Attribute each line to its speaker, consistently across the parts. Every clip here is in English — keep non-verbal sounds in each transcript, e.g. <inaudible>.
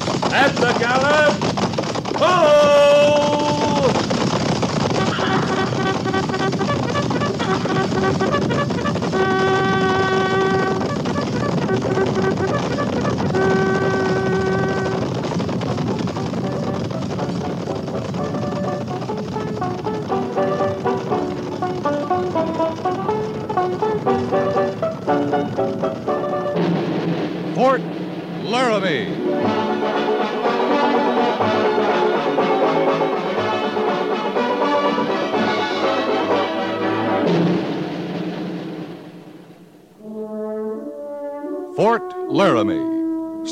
Speaker 1: the gallop! Ho!
Speaker 2: Fort Laramie. Fort Laramie,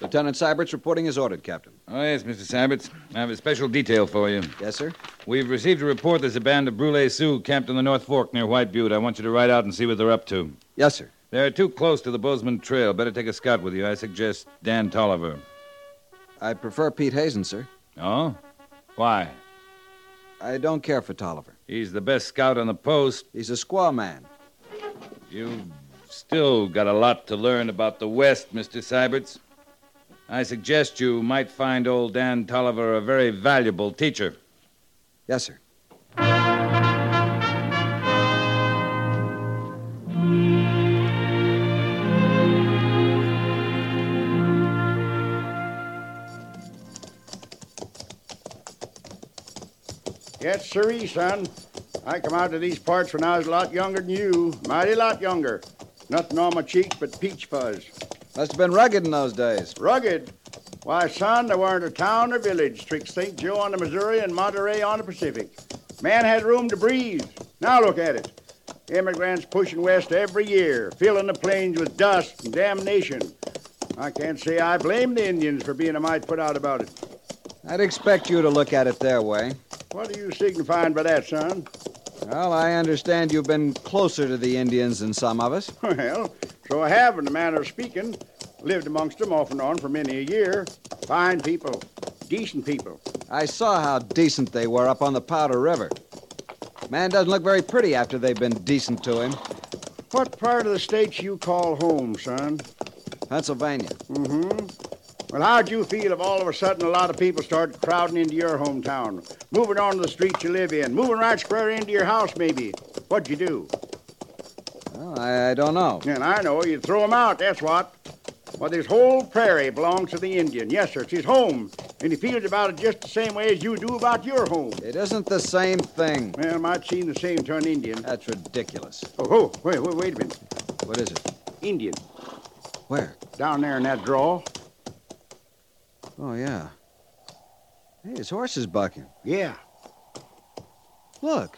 Speaker 3: Lieutenant Sybert's reporting is ordered, Captain.
Speaker 4: Oh, yes, Mr. Syberts. I have a special detail for you.
Speaker 3: Yes, sir?
Speaker 4: We've received a report there's a band of Brule Sioux camped on the North Fork near White Butte. I want you to ride out and see what they're up to.
Speaker 3: Yes, sir.
Speaker 4: They're too close to the Bozeman Trail. Better take a scout with you. I suggest Dan Tolliver.
Speaker 3: I prefer Pete Hazen, sir.
Speaker 4: Oh? Why?
Speaker 3: I don't care for Tolliver.
Speaker 4: He's the best scout on the post.
Speaker 3: He's a squaw man.
Speaker 4: You've still got a lot to learn about the West, Mr. Syberts. I suggest you might find old Dan Tolliver a very valuable teacher.
Speaker 3: Yes, sir.
Speaker 5: Yes, sirree, son. I come out to these parts when I was a lot younger than you. Mighty lot younger. Nothing on my cheek but peach fuzz.
Speaker 3: Must have been rugged in those days.
Speaker 5: Rugged. Why, son, there weren't a town or village 'twixt St. Joe on the Missouri and Monterey on the Pacific. Man had room to breathe. Now look at it. Immigrants pushing west every year, filling the plains with dust and damnation. I can't say I blame the Indians for being a mite put out about it.
Speaker 3: I'd expect you to look at it their way.
Speaker 5: What are you signifying by that, son?
Speaker 3: Well, I understand you've been closer to the Indians than some of us.
Speaker 5: Well, so I have, in a manner of speaking, lived amongst them off and on for many a year. Fine people, decent people.
Speaker 3: I saw how decent they were up on the Powder River. Man doesn't look very pretty after they've been decent to him.
Speaker 5: What part of the states you call home, son?
Speaker 3: Pennsylvania.
Speaker 5: Mm-hmm. Well, how'd you feel if all of a sudden a lot of people started crowding into your hometown, moving on to the street you live in, moving right square into your house, maybe? What'd you do?
Speaker 3: Well, I, I don't know.
Speaker 5: And I know you'd throw 'em out. That's what. Well, this whole prairie belongs to the Indian. Yes, sir. It's his home, and he feels about it just the same way as you do about your home.
Speaker 3: It isn't the same thing.
Speaker 5: Well, might seem the same to an Indian.
Speaker 3: That's ridiculous.
Speaker 5: Oh, oh, wait, wait, wait a minute.
Speaker 3: What is it?
Speaker 5: Indian
Speaker 3: Where?
Speaker 5: down there in that draw.
Speaker 3: Oh, yeah. Hey, his horse is bucking.
Speaker 5: Yeah.
Speaker 3: Look.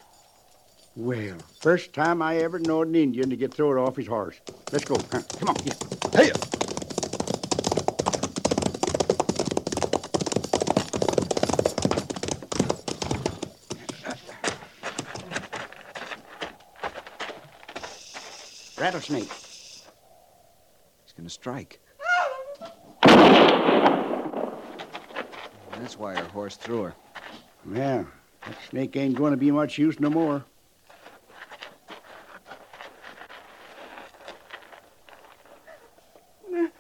Speaker 5: Well, first time I ever knowed an Indian to get thrown off his horse. Let's go. huh? Come on. Yeah.
Speaker 3: Hey!
Speaker 5: Rattlesnake.
Speaker 3: He's gonna strike. That's why her horse threw her.
Speaker 5: Yeah. That snake ain't going to be much use no more.
Speaker 3: You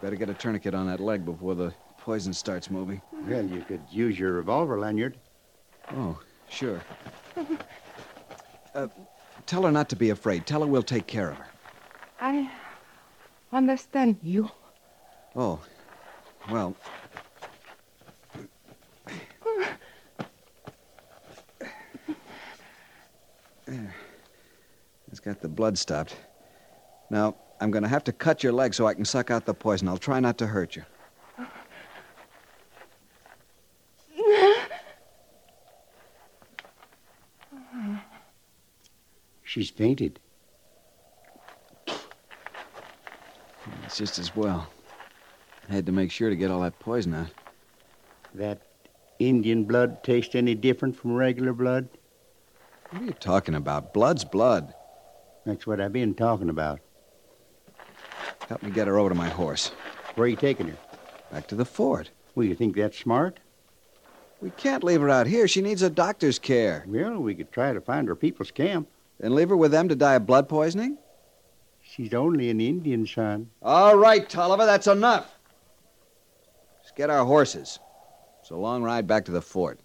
Speaker 3: better get a tourniquet on that leg before the poison starts moving.
Speaker 5: Well, you could use your revolver, Lanyard.
Speaker 3: Oh, sure. <laughs> Uh, tell her not to be afraid. Tell her we'll take care of her.
Speaker 6: I understand you.
Speaker 3: Oh, well. There. It's got the blood stopped. Now, I'm going to have to cut your leg so I can suck out the poison. I'll try not to hurt you.
Speaker 5: She's fainted.
Speaker 3: It's just as well. I had to make sure to get all that poison out.
Speaker 5: That Indian blood taste any different from regular blood?
Speaker 3: What are you talking about? Blood's blood.
Speaker 5: That's what I've been talking about.
Speaker 3: Help me get her over to my horse.
Speaker 5: Where are you taking her?
Speaker 3: Back to the fort.
Speaker 5: Well, you think that's smart?
Speaker 3: We can't leave her out here. She needs a doctor's care.
Speaker 5: Well, we could try to find her people's camp.
Speaker 3: Then leave her with them to die of blood poisoning?
Speaker 5: She's only an Indian, son.
Speaker 3: All right, Tolliver, that's enough. Let's get our horses. It's a long ride back to the fort.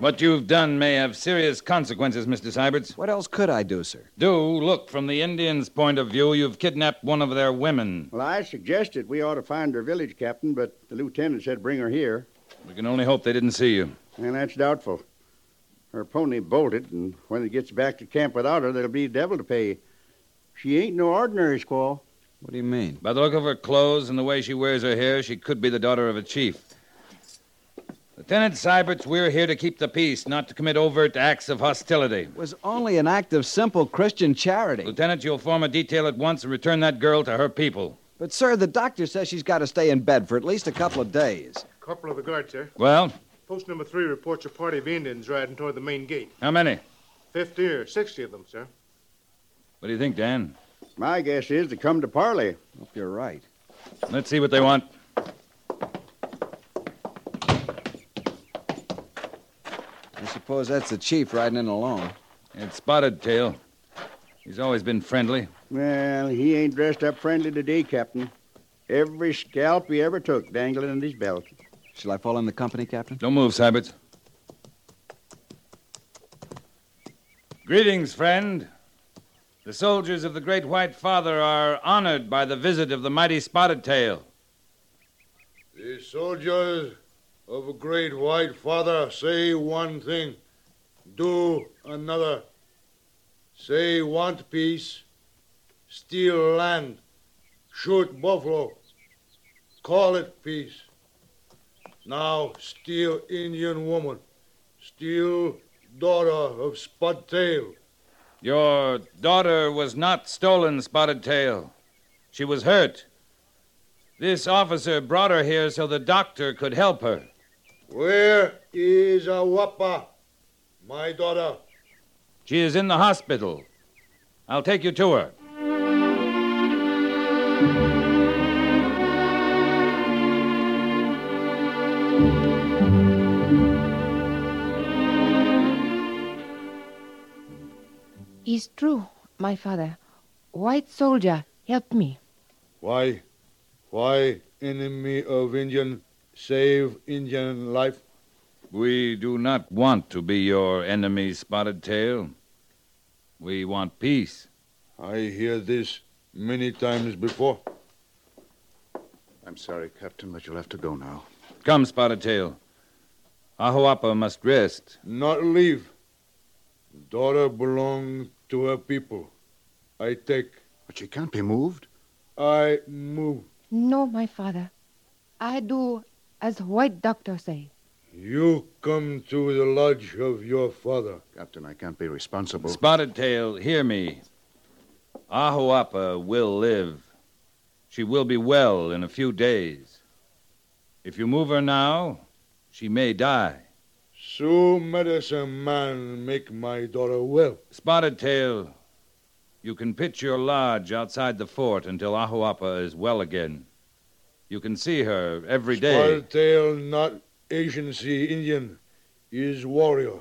Speaker 4: What you've done may have serious consequences, Mr. Syberts.
Speaker 3: What else could I do, sir?
Speaker 4: Do look from the Indians' point of view. You've kidnapped one of their women.
Speaker 5: Well, I suggested we ought to find her village, Captain, but the lieutenant said bring her here.
Speaker 4: We can only hope they didn't see you.
Speaker 5: And that's doubtful. Her pony bolted, and when it gets back to camp without her, there'll be a devil to pay. She ain't no ordinary squaw.
Speaker 3: What do you mean?
Speaker 4: By the look of her clothes and the way she wears her hair, she could be the daughter of a chief. Lieutenant Syberts, we're here to keep the peace, not to commit overt acts of hostility.
Speaker 3: It was only an act of simple Christian charity.
Speaker 4: Lieutenant, you'll form a detail at once and return that girl to her people.
Speaker 3: But, sir, the doctor says she's got to stay in bed for at least a couple of days.
Speaker 1: Corporal of the Guard, sir.
Speaker 4: Well,
Speaker 1: Post number three reports a party of Indians riding toward the main gate.
Speaker 4: how many?
Speaker 1: Fifty or sixty of them, sir.
Speaker 4: What do you think, Dan?
Speaker 5: My guess is to come to parley.
Speaker 3: Hope you're right.
Speaker 4: Let's see what they want.
Speaker 3: I suppose that's the chief riding in alone.
Speaker 4: It's Spotted Tail. He's always been friendly.
Speaker 5: Well, he ain't dressed up friendly today, Captain. Every scalp he ever took dangling in his belt.
Speaker 3: Shall I follow in the company, Captain?
Speaker 4: Don't move, Syberts. Greetings, friend. The soldiers of the Great White Father are honored by the visit of the mighty Spotted Tail.
Speaker 7: The soldiers of a great white father say one thing, do another. Say want peace, steal land, shoot buffalo, call it peace. Now steal Indian woman, steal daughter of Spud Tail.
Speaker 4: Your daughter was not stolen, Spotted Tail. She was hurt. This officer brought her here so the doctor could help her.
Speaker 7: Where is Awapa, my daughter?
Speaker 4: She is in the hospital. I'll take you to her.
Speaker 6: It's true, my father. White soldier, help me.
Speaker 7: Why? Why enemy of Indian save Indian life?
Speaker 4: We do not want to be your enemy, Spotted Tail. We want peace.
Speaker 7: I hear this many times before.
Speaker 1: I'm sorry, Captain, but you'll have to go now.
Speaker 4: Come, Spotted Tail. Ahuapa must rest.
Speaker 7: Not leave. Daughter belong to her people. I take.
Speaker 1: But she can't be moved.
Speaker 7: I move.
Speaker 6: No, my father. I do as white doctor say.
Speaker 7: You come to the lodge of your father.
Speaker 1: Captain, I can't be
Speaker 2: Oh.
Speaker 1: responsible.
Speaker 4: Spotted Tail, hear me. Ahuapa will live. She will be well in a few days. If you move her now, she may die.
Speaker 7: So medicine man make my daughter well.
Speaker 4: Spotted Tail, you can pitch your lodge outside the fort until Ahuapa is well again. You can see her every day.
Speaker 7: Spartail, not agency Indian, is warrior.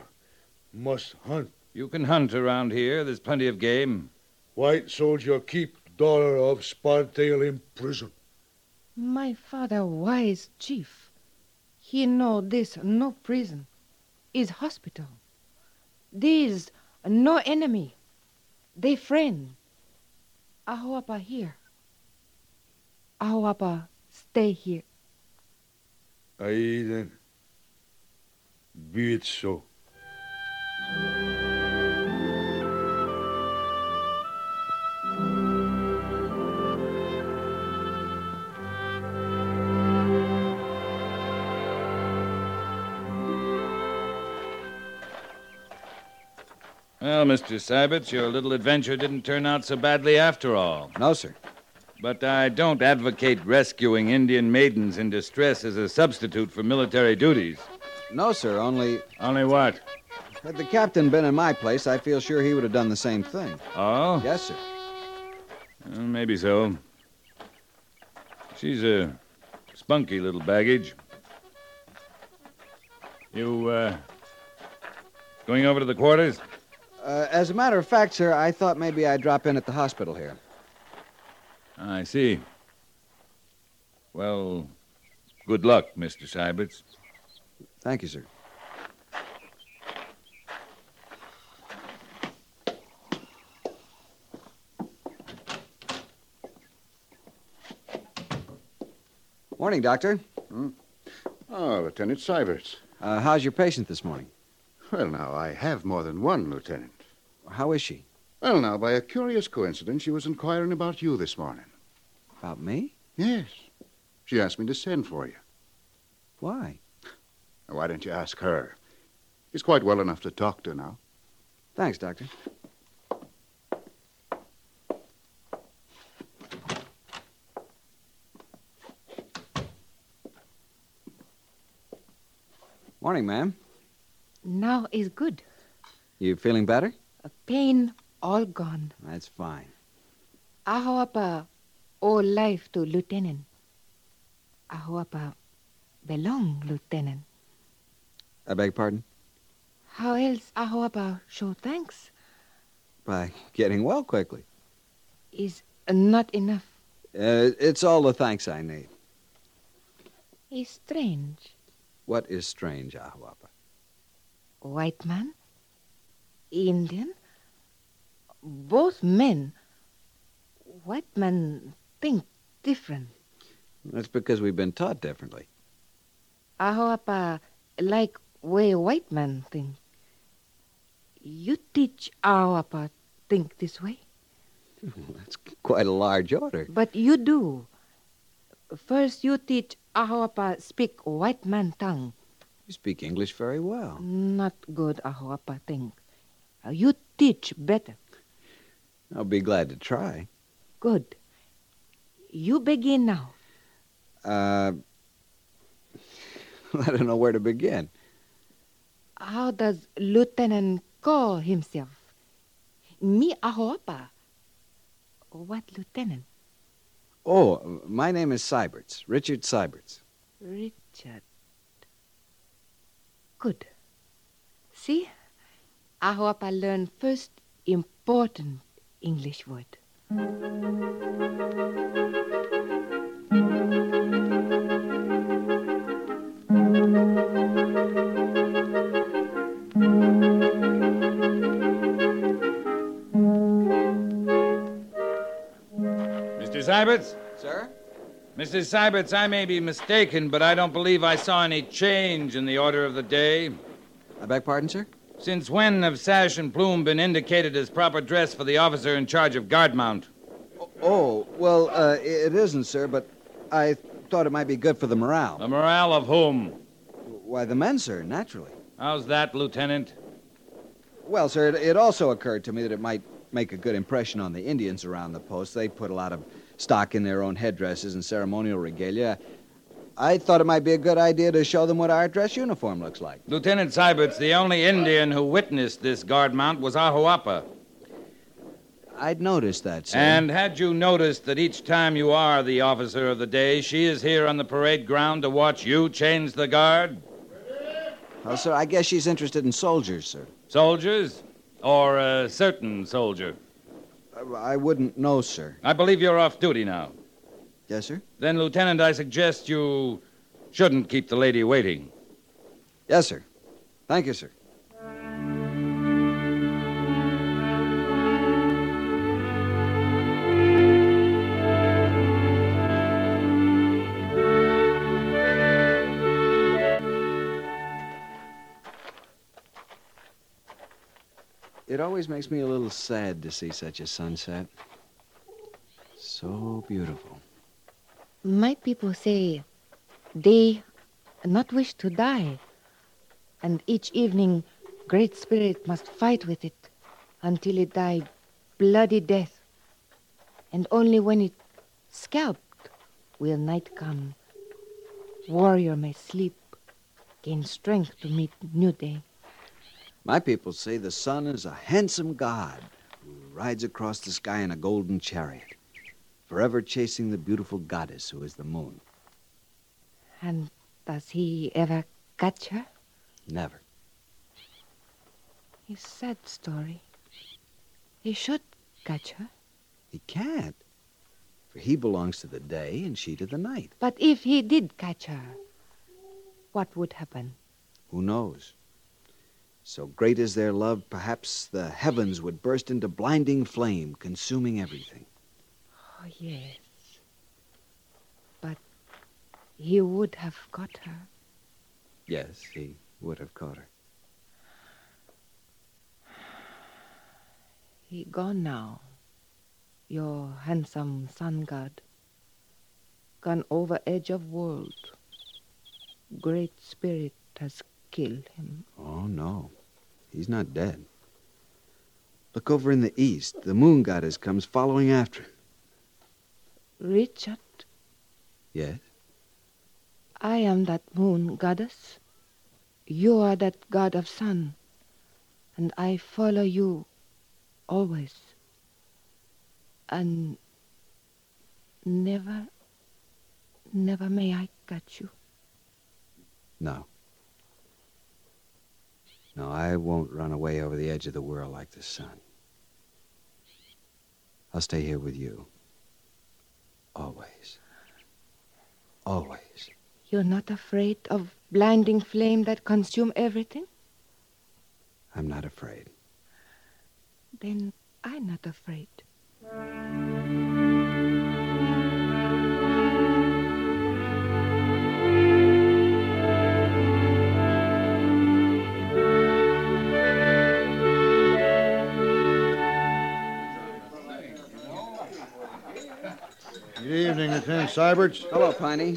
Speaker 7: Must hunt.
Speaker 4: You can hunt around here. There's plenty of game.
Speaker 7: White soldier keep daughter of Spartail in prison.
Speaker 6: My father wise chief. He know this no prison. Is hospital. This no enemy. They friend. Ahuapa here. Ahuapa stay here.
Speaker 7: Aye then. Be it so.
Speaker 4: Well, Mr. Syberts, your little adventure didn't turn out so badly after all.
Speaker 3: No, sir.
Speaker 4: But I don't advocate rescuing Indian maidens in distress as a substitute for military duties.
Speaker 3: No, sir. Only,
Speaker 4: Only what?
Speaker 3: had the captain been in my place, I feel sure he would have done the same thing.
Speaker 4: Oh?
Speaker 3: Yes, sir.
Speaker 4: Uh, maybe so. She's a spunky little baggage. You, uh, going over to the quarters?
Speaker 3: Uh, as a matter of fact, sir, I thought maybe I'd drop in at the hospital here.
Speaker 4: I see. Well, good luck, Mr. Syberts.
Speaker 3: Thank you, sir. Morning, Doctor.
Speaker 1: Oh, Lieutenant Syberts.
Speaker 3: Uh, how's your patient this morning?
Speaker 1: Well, now, I have more than one, Lieutenant.
Speaker 3: How is she?
Speaker 1: Well, now, by a curious coincidence, she was inquiring about you this morning.
Speaker 3: About me?
Speaker 1: Yes. She asked me to send for you.
Speaker 3: Why?
Speaker 1: Now, why don't you ask her? She's quite well enough to talk to now.
Speaker 3: Thanks, Doctor. Morning, ma'am.
Speaker 6: Now is good.
Speaker 3: You feeling better?
Speaker 6: Pain all gone.
Speaker 3: That's fine.
Speaker 6: Ahoapa, all life to lieutenant. Ahoapa, belong lieutenant.
Speaker 3: I beg pardon?
Speaker 6: How else Ahoapa show thanks
Speaker 3: By getting well quickly.
Speaker 6: is not enough.
Speaker 3: Uh, it's all the thanks I need.
Speaker 6: Is strange,
Speaker 3: What is strange, Ahuapa?
Speaker 6: white man, Indian, both men. White man think different.
Speaker 3: That's because we've been taught differently.
Speaker 6: Ahoapa like way white man think. You teach Ahoapa think this way.
Speaker 3: That's quite a large order.
Speaker 6: But you do. First, you teach Ahoapa speak white man tongue.
Speaker 3: You speak English very well.
Speaker 6: Not good Ahoapa think. You teach better.
Speaker 3: I'll be glad to try.
Speaker 6: Good. You begin now.
Speaker 3: Uh, <laughs> I don't know where to begin.
Speaker 6: How does Lieutenant call himself? Me Ahoapa. What Lieutenant?
Speaker 3: Oh, my name is Syberts, Richard Syberts.
Speaker 6: Richard. Good. See? Ahoapa learn first important English word.
Speaker 4: Mr. Syberts?
Speaker 3: Sir?
Speaker 4: Mrs. Syberts, I may be mistaken, but I don't believe I saw any change in the order of the day.
Speaker 3: I beg pardon, sir?
Speaker 4: Since when have sash and plume been indicated as proper dress for the officer in charge of guard mount?
Speaker 3: Oh, well, uh, i- it isn't, sir, but I thought it might be good for the morale.
Speaker 4: The morale of whom?
Speaker 3: Why, the men, sir, naturally.
Speaker 4: How's that, Lieutenant?
Speaker 3: Well, sir, it, it also occurred to me that it might make a good impression on the Indians around the post. They put a lot of stock in their own headdresses and ceremonial regalia. I thought it might be a good idea to show them what our dress uniform looks like.
Speaker 4: Lieutenant Syberts, the only Indian who witnessed this guard mount was Ahuapa.
Speaker 3: I'd noticed that, sir.
Speaker 4: And had you noticed that each time you are the officer of the day, she is here on the parade ground to watch you change the guard?
Speaker 3: Well, Oh, sir, I guess she's interested in soldiers, sir.
Speaker 4: Soldiers? Or a certain soldier?
Speaker 3: I- I wouldn't know, sir.
Speaker 4: I believe you're off duty now.
Speaker 3: Yes, sir?
Speaker 4: Then, Lieutenant, I suggest you shouldn't keep the lady waiting.
Speaker 3: Yes, sir. Thank you, sir. It always makes me a little sad to see such a sunset. So beautiful.
Speaker 6: My people say they not wish to die, and each evening Great Spirit must fight with it until it died bloody death. And only when it scalped will night come. Warrior may sleep, gain strength to meet new day.
Speaker 3: My people say the sun is a handsome god who rides across the sky in a golden chariot, forever chasing the beautiful goddess who is the moon.
Speaker 6: And does he ever catch her?
Speaker 3: Never.
Speaker 6: His sad story. He should catch her.
Speaker 3: He can't, for he belongs to the day and she to the night.
Speaker 6: But if he did catch her, what would happen?
Speaker 3: Who knows? So great is their love, perhaps the heavens would burst into blinding flame, consuming everything.
Speaker 6: Oh, yes. But he would have got her.
Speaker 3: Yes, he would have caught her.
Speaker 6: He gone now. Your handsome sun god. Gone over edge of world. Great spirit has killed him.
Speaker 3: Oh, no. He's not dead. Look over in the east. The moon goddess comes following after him.
Speaker 6: Richard,
Speaker 3: Yes?
Speaker 6: I am that moon goddess. You are that god of sun. And I follow you always. And never, never may I catch you.
Speaker 3: No. No, I won't run away over the edge of the world like the sun. I'll stay here with you. Always. Always.
Speaker 6: You're not afraid of blinding flame that consume everything?
Speaker 3: I'm not afraid.
Speaker 6: Then I'm not afraid.
Speaker 5: Good evening, Lieutenant Syberts.
Speaker 3: Hello, Piney.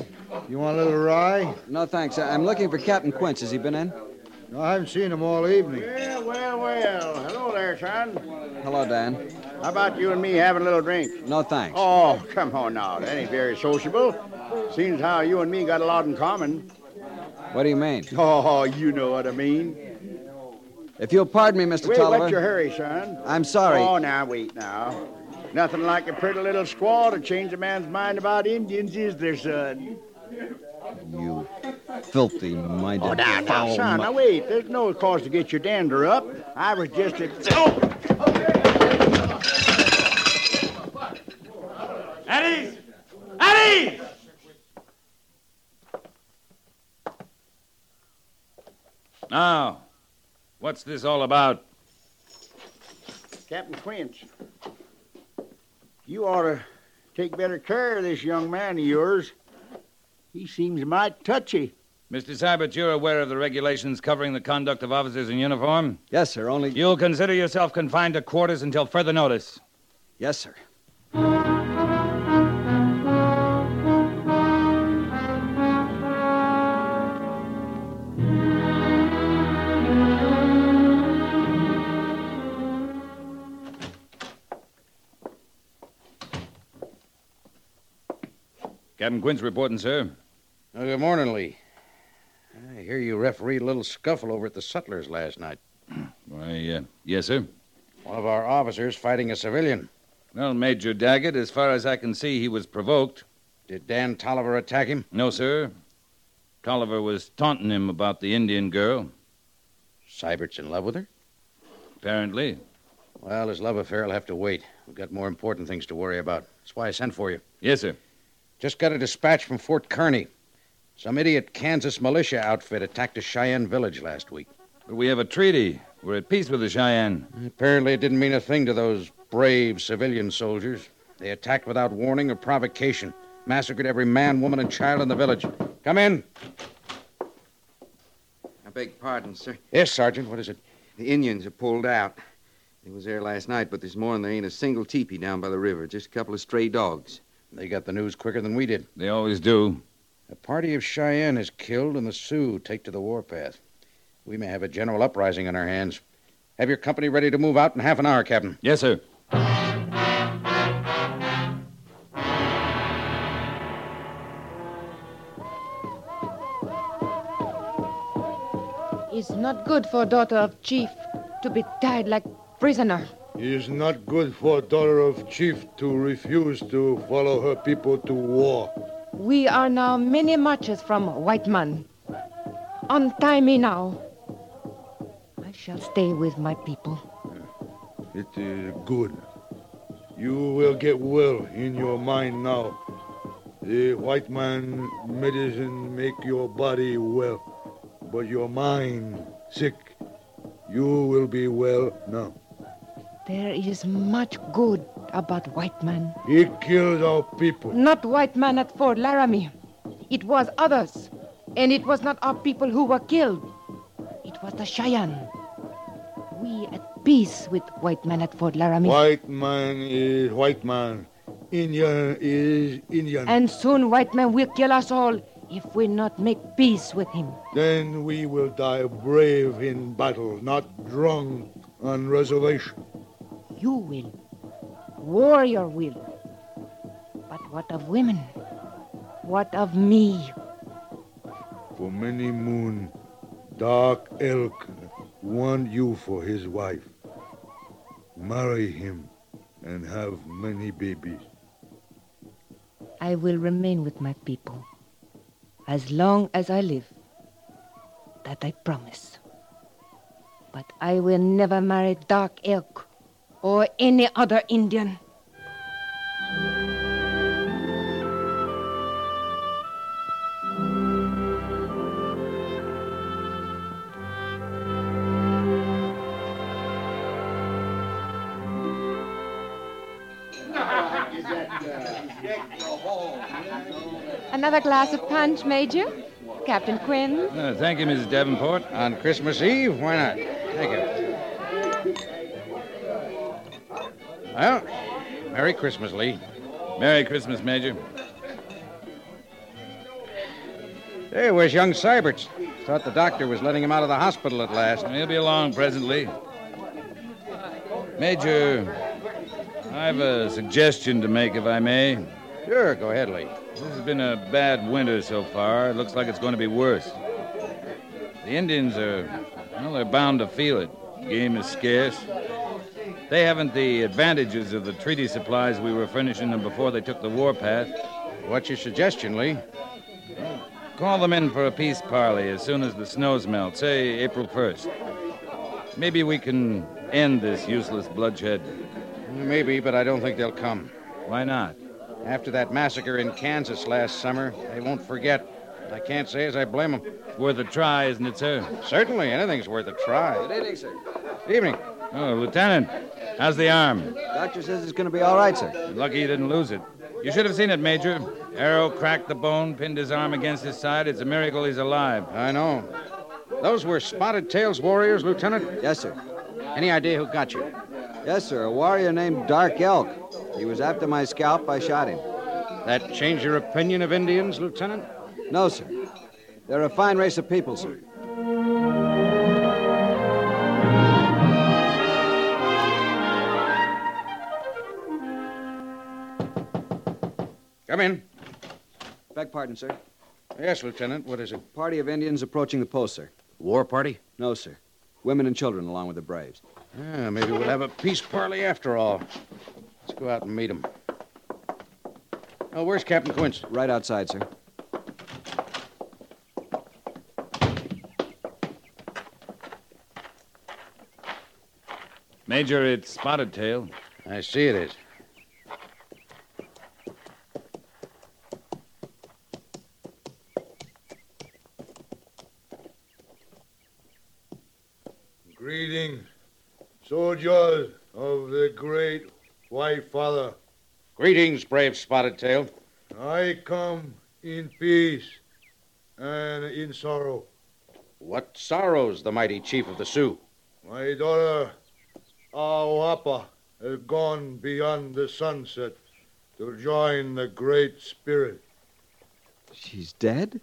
Speaker 5: You want a little rye?
Speaker 3: No, thanks. I- I'm looking for Captain Quince. Has he been in?
Speaker 5: No, I haven't seen him all evening. Well, well, well. Hello there, son.
Speaker 3: Hello, Dan.
Speaker 5: How about you and me having a little drink?
Speaker 3: No, thanks.
Speaker 5: Oh, come on now. That ain't very sociable. Seems how you and me got a lot in common. <laughs>
Speaker 3: What do you mean?
Speaker 5: Oh, you know what I mean.
Speaker 3: If you'll pardon me, Mr.
Speaker 5: Wait,
Speaker 3: Tolliver.
Speaker 5: what's your hurry, son?
Speaker 3: I'm sorry.
Speaker 5: Oh, now, wait now. Nothing like a pretty little squaw to change a man's mind about Indians, is there, son?
Speaker 3: You filthy minded.
Speaker 5: Oh, now, now, son, now, wait. There's no cause to get your dander up. I was just a... Oh!
Speaker 4: Eddie! Eddie! Now, what's this all about?
Speaker 5: Captain Quince, you ought to take better care of this young man of yours. He seems mighty touchy.
Speaker 4: Mr. Sybert, you're aware of the regulations covering the conduct of officers in uniform.
Speaker 3: Yes, sir. Only.
Speaker 4: You'll consider yourself confined to quarters until further notice.
Speaker 3: Yes, sir.
Speaker 4: Captain Quince reporting, sir.
Speaker 8: Well, good morning, Lee. I hear you refereed a little scuffle over at the Sutlers last night.
Speaker 4: Why, uh, yes, sir.
Speaker 8: One of our officers fighting a civilian.
Speaker 4: Well, Major Daggett, as far as I can see, he was provoked.
Speaker 8: Did Dan Tolliver attack him?
Speaker 4: No, sir. Tolliver was taunting him about the Indian girl,
Speaker 8: Sybert's in love with her?
Speaker 4: apparently.
Speaker 8: Well, his love affair will have to wait. We've got more important things to worry about. That's why I sent for you.
Speaker 4: Yes, sir.
Speaker 8: Just got a dispatch from Fort Kearney. Some idiot Kansas militia outfit attacked a Cheyenne village last week.
Speaker 4: But we have a treaty. We're at peace with the Cheyenne.
Speaker 8: Apparently, it didn't mean a thing to those brave civilian soldiers. They attacked without warning or provocation, massacred every man, woman, and child in the village. Come in.
Speaker 9: I beg pardon, sir.
Speaker 8: Yes, Sergeant. What is it?
Speaker 9: The Indians are pulled out. They was there last night, but this morning there ain't a single teepee down by the river, just a couple of stray dogs.
Speaker 8: They got the news quicker than we did.
Speaker 4: They always do.
Speaker 8: A party of Cheyenne is killed, and the Sioux take to the warpath. We may have a general uprising on our hands. Have your company ready to move out in half an hour, Captain.
Speaker 4: Yes, sir.
Speaker 6: It's not good for daughter of chief to be tied like prisoner.
Speaker 7: It is not good for daughter of chief to refuse to follow her people to war.
Speaker 6: We are now many marches from white man. Untie me now. I shall stay with my people.
Speaker 7: It is good. You will get well in your mind now. The white man medicine make your body well, but your mind sick. You will be well now.
Speaker 6: There is much good about white man.
Speaker 7: He killed our people.
Speaker 6: Not white man at Fort Laramie. It was others. And it was not our people who were killed. It was the Cheyenne. We at peace with white man at Fort Laramie.
Speaker 7: White man is white man. Indian is Indian.
Speaker 6: And soon white man will kill us all if we not make peace with him.
Speaker 7: Then we will die brave in battle, not drunk on reservation.
Speaker 6: You will. Warrior will. But what of women? What of me?
Speaker 7: For many moon, dark elk want you for his wife. Marry him and have many babies.
Speaker 6: I will remain with my people as long as I live. That I promise. But I will never marry Dark Elk or any other Indian. Another glass of punch, Major? Captain Quinn?
Speaker 4: Uh, thank you, Mrs. Davenport.
Speaker 8: On Christmas Eve? Why not? Thank you. Well, Merry Christmas, Lee.
Speaker 4: Merry Christmas, Major.
Speaker 8: Hey, where's young Syberts? Thought the doctor was letting him out of the hospital at last.
Speaker 4: He'll be along presently. Major, I've a suggestion to make, if I may.
Speaker 8: Sure, go ahead, Lee.
Speaker 4: This has been a bad winter so far. It looks like it's going to be worse. The Indians are, well, they're bound to feel it. Game is scarce. They haven't the advantages of the treaty supplies we were furnishing them before they took the warpath.
Speaker 8: What's your suggestion, Lee?
Speaker 4: Call them in for a peace parley as soon as the snows melt, say April 1st. Maybe we can end this useless bloodshed.
Speaker 8: Maybe, but I don't think they'll come.
Speaker 4: Why not?
Speaker 8: After that massacre in Kansas last summer, they won't forget. I can't say as I blame them.
Speaker 4: Worth a try, isn't it, sir?
Speaker 8: Certainly, anything's worth a try.
Speaker 3: Good evening, sir.
Speaker 8: Good evening.
Speaker 4: Oh, Lieutenant, how's the arm?
Speaker 3: Doctor says it's going to be all right, sir.
Speaker 4: Lucky you didn't lose it. You should have seen it, Major. Arrow cracked the bone, pinned his arm against his side. It's a miracle he's alive.
Speaker 8: I know. Those were Spotted Tail's warriors, Lieutenant.
Speaker 3: Yes, sir.
Speaker 8: Any idea who got you?
Speaker 3: Yes, sir. A warrior named Dark Elk. He was after my scalp. I shot him.
Speaker 8: That change your opinion of Indians, Lieutenant?
Speaker 3: No, sir. They're a fine race of people, sir.
Speaker 8: Come in.
Speaker 3: Beg pardon, sir.
Speaker 8: Yes, Lieutenant. What is it?
Speaker 3: Party of Indians approaching the post, sir.
Speaker 8: War party?
Speaker 3: No, sir. Women and children along with the Braves.
Speaker 8: Yeah, Ah, maybe we'll have a peace parley after all. Let's go out and meet 'em. Oh, where's Captain Quince?
Speaker 3: Right outside, sir.
Speaker 4: Major, it's Spotted Tail.
Speaker 8: I see it is.
Speaker 7: Greeting, soldiers of the great white father.
Speaker 8: Greetings, brave Spotted Tail.
Speaker 7: I come in peace and in sorrow.
Speaker 8: What sorrows the mighty chief of the Sioux.
Speaker 7: My daughter, Awapa, has gone beyond the sunset to join the Great Spirit.
Speaker 3: She's dead?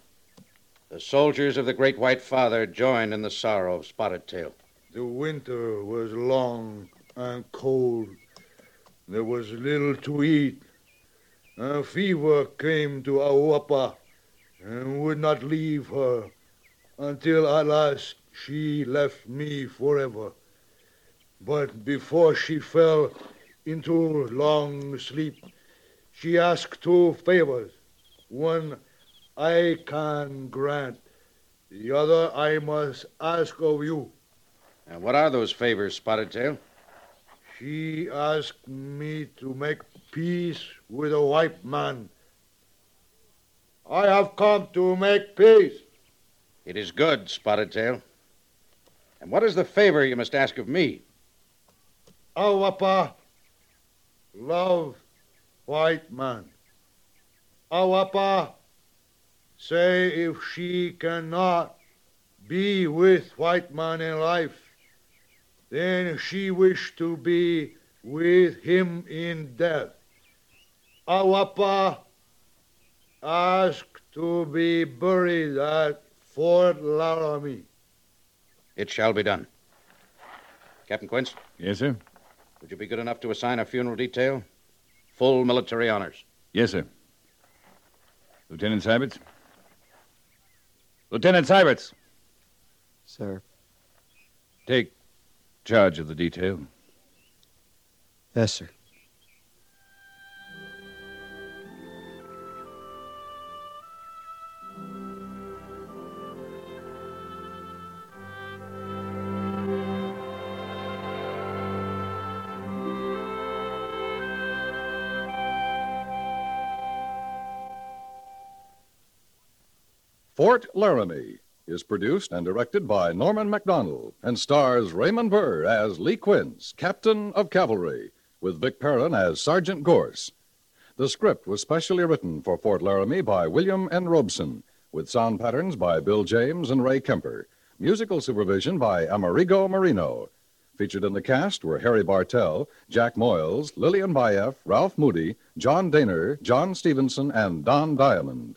Speaker 8: The soldiers of the Great White Father join in the sorrow of Spotted Tail.
Speaker 7: The winter was long and cold. There was little to eat. A fever came to Awapa and would not leave her until at last she left me forever. But before she fell into long sleep, she asked two favors. One I can grant, the other I must ask of you.
Speaker 8: And what are those favors, Spotted Tail?
Speaker 7: She asked me to make peace with a white man. I have come to make peace.
Speaker 8: It is good, Spotted Tail. And what is the favor you must ask of me?
Speaker 7: Awapa, love white man. Awapa, say if she cannot be with white man in life, then she wish to be with him in death. Awapa asked to be buried at Fort Laramie.
Speaker 8: It shall be done. Captain Quince,
Speaker 4: Yes, sir?
Speaker 8: would you be good enough to assign a funeral detail? Full military honors.
Speaker 4: Yes, sir. Lieutenant Syberts? Lieutenant Syberts,
Speaker 10: Sir,
Speaker 4: take charge of the detail.
Speaker 10: yes, sir.
Speaker 2: Fort Laramie is produced and directed by Norman MacDonald and stars Raymond Burr as Lee Quince, Captain of Cavalry, with Vic Perrin as Sergeant Gorse. The script was specially written for Fort Laramie by William N. Robeson, with sound patterns by Bill James and Ray Kemper. Musical supervision by Amerigo Marino. Featured in the cast were Harry Bartell, Jack Moyles, Lillian Baeff, Ralph Moody, John Daner, John Stevenson, and Don Diamond.